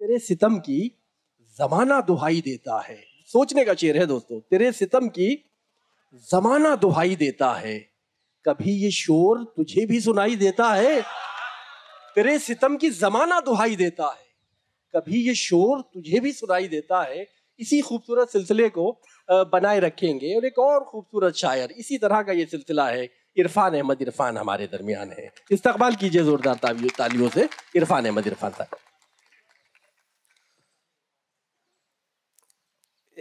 तेरे सितम की जमाना दुहाई देता है सोचने का शेर है दोस्तों तेरे सितम की जमाना दुहाई देता है कभी ये शोर तुझे भी सुनाई देता है तेरे सितम की जमाना दुहाई देता है कभी ये शोर तुझे भी सुनाई देता है इसी खूबसूरत सिलसिले को अ, बनाए रखेंगे और एक और खूबसूरत शायर इसी तरह का ये सिलसिला है इरफान अहमद इरफान हमारे दरमियान है इस्तकबाल कीजिए जोरदार तालियों तालियों से इरफान अहमद इरफान साहब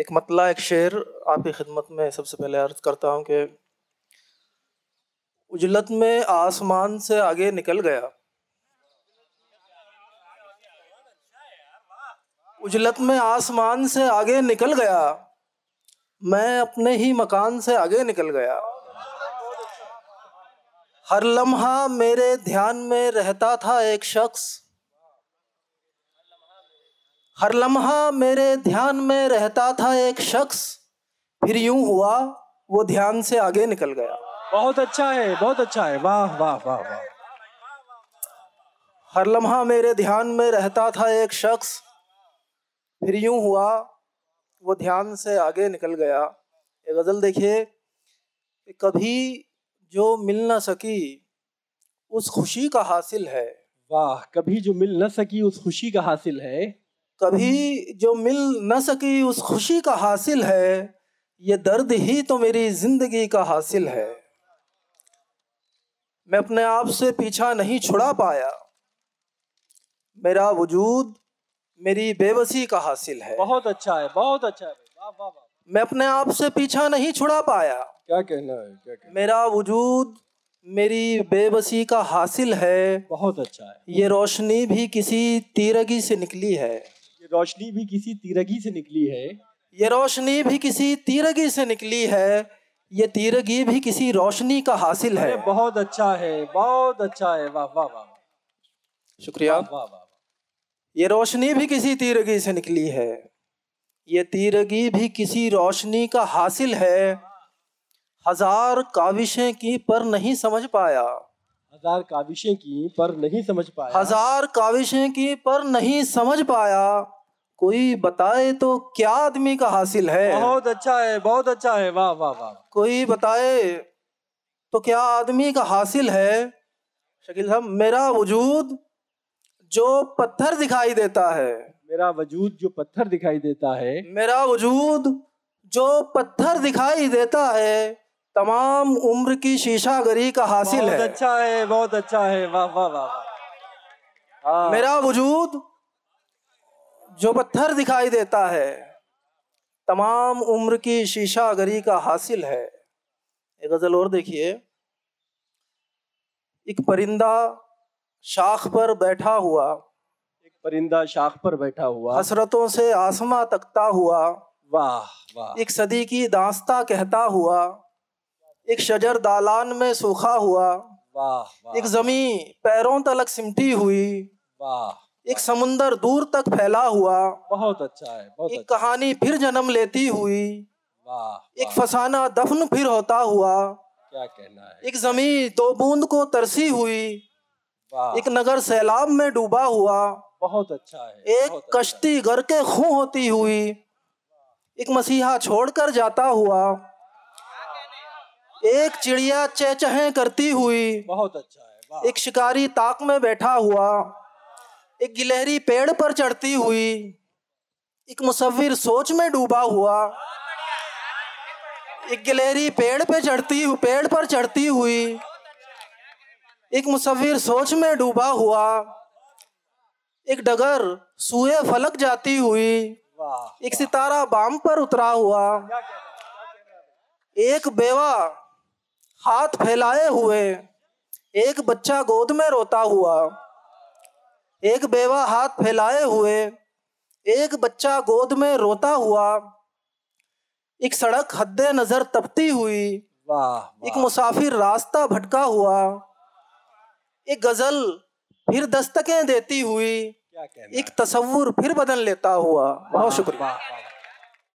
एक मतला एक शेर आपकी खिदमत में सबसे पहले अर्ज करता हूँ कि उजलत में आसमान से आगे निकल गया उजलत में आसमान से आगे निकल गया मैं अपने ही मकान से आगे निकल गया हर लम्हा मेरे ध्यान में रहता था एक शख्स हर लम्हा मेरे ध्यान में रहता था एक शख्स फिर यूं हुआ वो ध्यान से आगे निकल गया बहुत अच्छा है बहुत अच्छा है वाह वाह वाह वाह हर लम्हा मेरे ध्यान में रहता था एक शख्स फिर यूं हुआ वो ध्यान से आगे निकल गया ये गज़ल देखिए कि कभी जो मिल ना सकी उस खुशी का हासिल है वाह कभी जो मिल न सकी उस खुशी का हासिल है कभी जो मिल न सकी उस खुशी का हासिल है ये दर्द ही तो मेरी जिंदगी का हासिल है मैं अपने आप से पीछा नहीं छुड़ा पाया मेरा वजूद मेरी बेबसी का हासिल है बहुत अच्छा है बहुत अच्छा है वाह वाह वाह मैं अपने आप से पीछा नहीं छुड़ा पाया क्या कहना है क्या कहना मेरा वजूद मेरी बेबसी का हासिल है बहुत अच्छा है ये रोशनी भी किसी तीरगी से निकली है ये रोशनी भी किसी तीरगी से निकली है ये रोशनी भी किसी तीरगी से निकली है ये तीरगी भी किसी रोशनी का हासिल है अरे बहुत अच्छा है बहुत अच्छा है वाह वाह वाह वाह, शुक्रिया वाह वाह वाह ये रोशनी भी किसी तीरगी से निकली है ये तीरगी भी किसी रोशनी का हासिल है हजार काविशें की पर नहीं समझ पाया हजार काविशें की पर नहीं समझ पाया हजार काविशें की पर नहीं समझ पाया कोई बताए तो क्या आदमी का हासिल है बहुत अच्छा है बहुत अच्छा है वाह वाह वाह वाह। कोई बताए तो क्या आदमी का हासिल है शकील साहब मेरा वजूद जो पत्थर दिखाई देता है मेरा वजूद जो पत्थर दिखाई देता है मेरा वजूद जो पत्थर दिखाई देता है तमाम उम्र की शीशागरी का हासिल बहुत है अच्छा है बहुत अच्छा है वाह वाह वाह वाह हाँ, मेरा वजूद जो पत्थर दिखाई देता है तमाम उम्र की शीशागरी का हासिल है एक गजल और देखिए एक परिंदा शाख पर बैठा हुआ एक परिंदा शाख पर बैठा हुआ हसरतों से आसमां तकता हुआ वाह वाह एक सदी की दास्ता कहता हुआ एक शजर दालान में सूखा हुआ वाह वाह एक जमी पैरों तलक सिमटी हुई वाह एक समुंदर दूर तक फैला हुआ बहुत अच्छा है बहुत एक अच्छा कहानी फिर जन्म लेती हुई वाह एक वाह, फसाना दफन फिर होता हुआ क्या कहना है एक जमी दो बूंद को तरसी हुई वाह एक नगर सैलाब में डूबा हुआ बहुत अच्छा है एक बहुत अच्छा है। कश्ती घर के खूं होती हुई एक मसीहा छोड़कर जाता हुआ एक चिड़िया चहचहें करती हुई बहुत अच्छा है वाह एक शिकारी ताक में बैठा हुआ एक गिलहरी पेड़ पर चढ़ती हुई एक मुसविर सोच में डूबा हुआ एक गिलहरी पेड़ पे चढ़ती हु- पेड़ पर चढ़ती हुई एक मुसविर सोच में डूबा हुआ एक डगर सूए फलक जाती हुई वाह एक सितारा बाम पर उतरा हुआ क्या कहना है, क्या कहना है? एक बेवा हाथ फैलाए हुए एक बच्चा गोद में रोता हुआ एक बेवा हाथ फैलाए हुए एक बच्चा गोद में रोता हुआ एक सड़क हद नजर तपती हुई वाह एक वाह मुसाफिर रास्ता भटका हुआ एक गजल फिर दस्तकें देती हुई क्या कहना एक तस्वुर फिर बदल लेता हुआ बहुत शुक्रिया वाह वाह, वाह।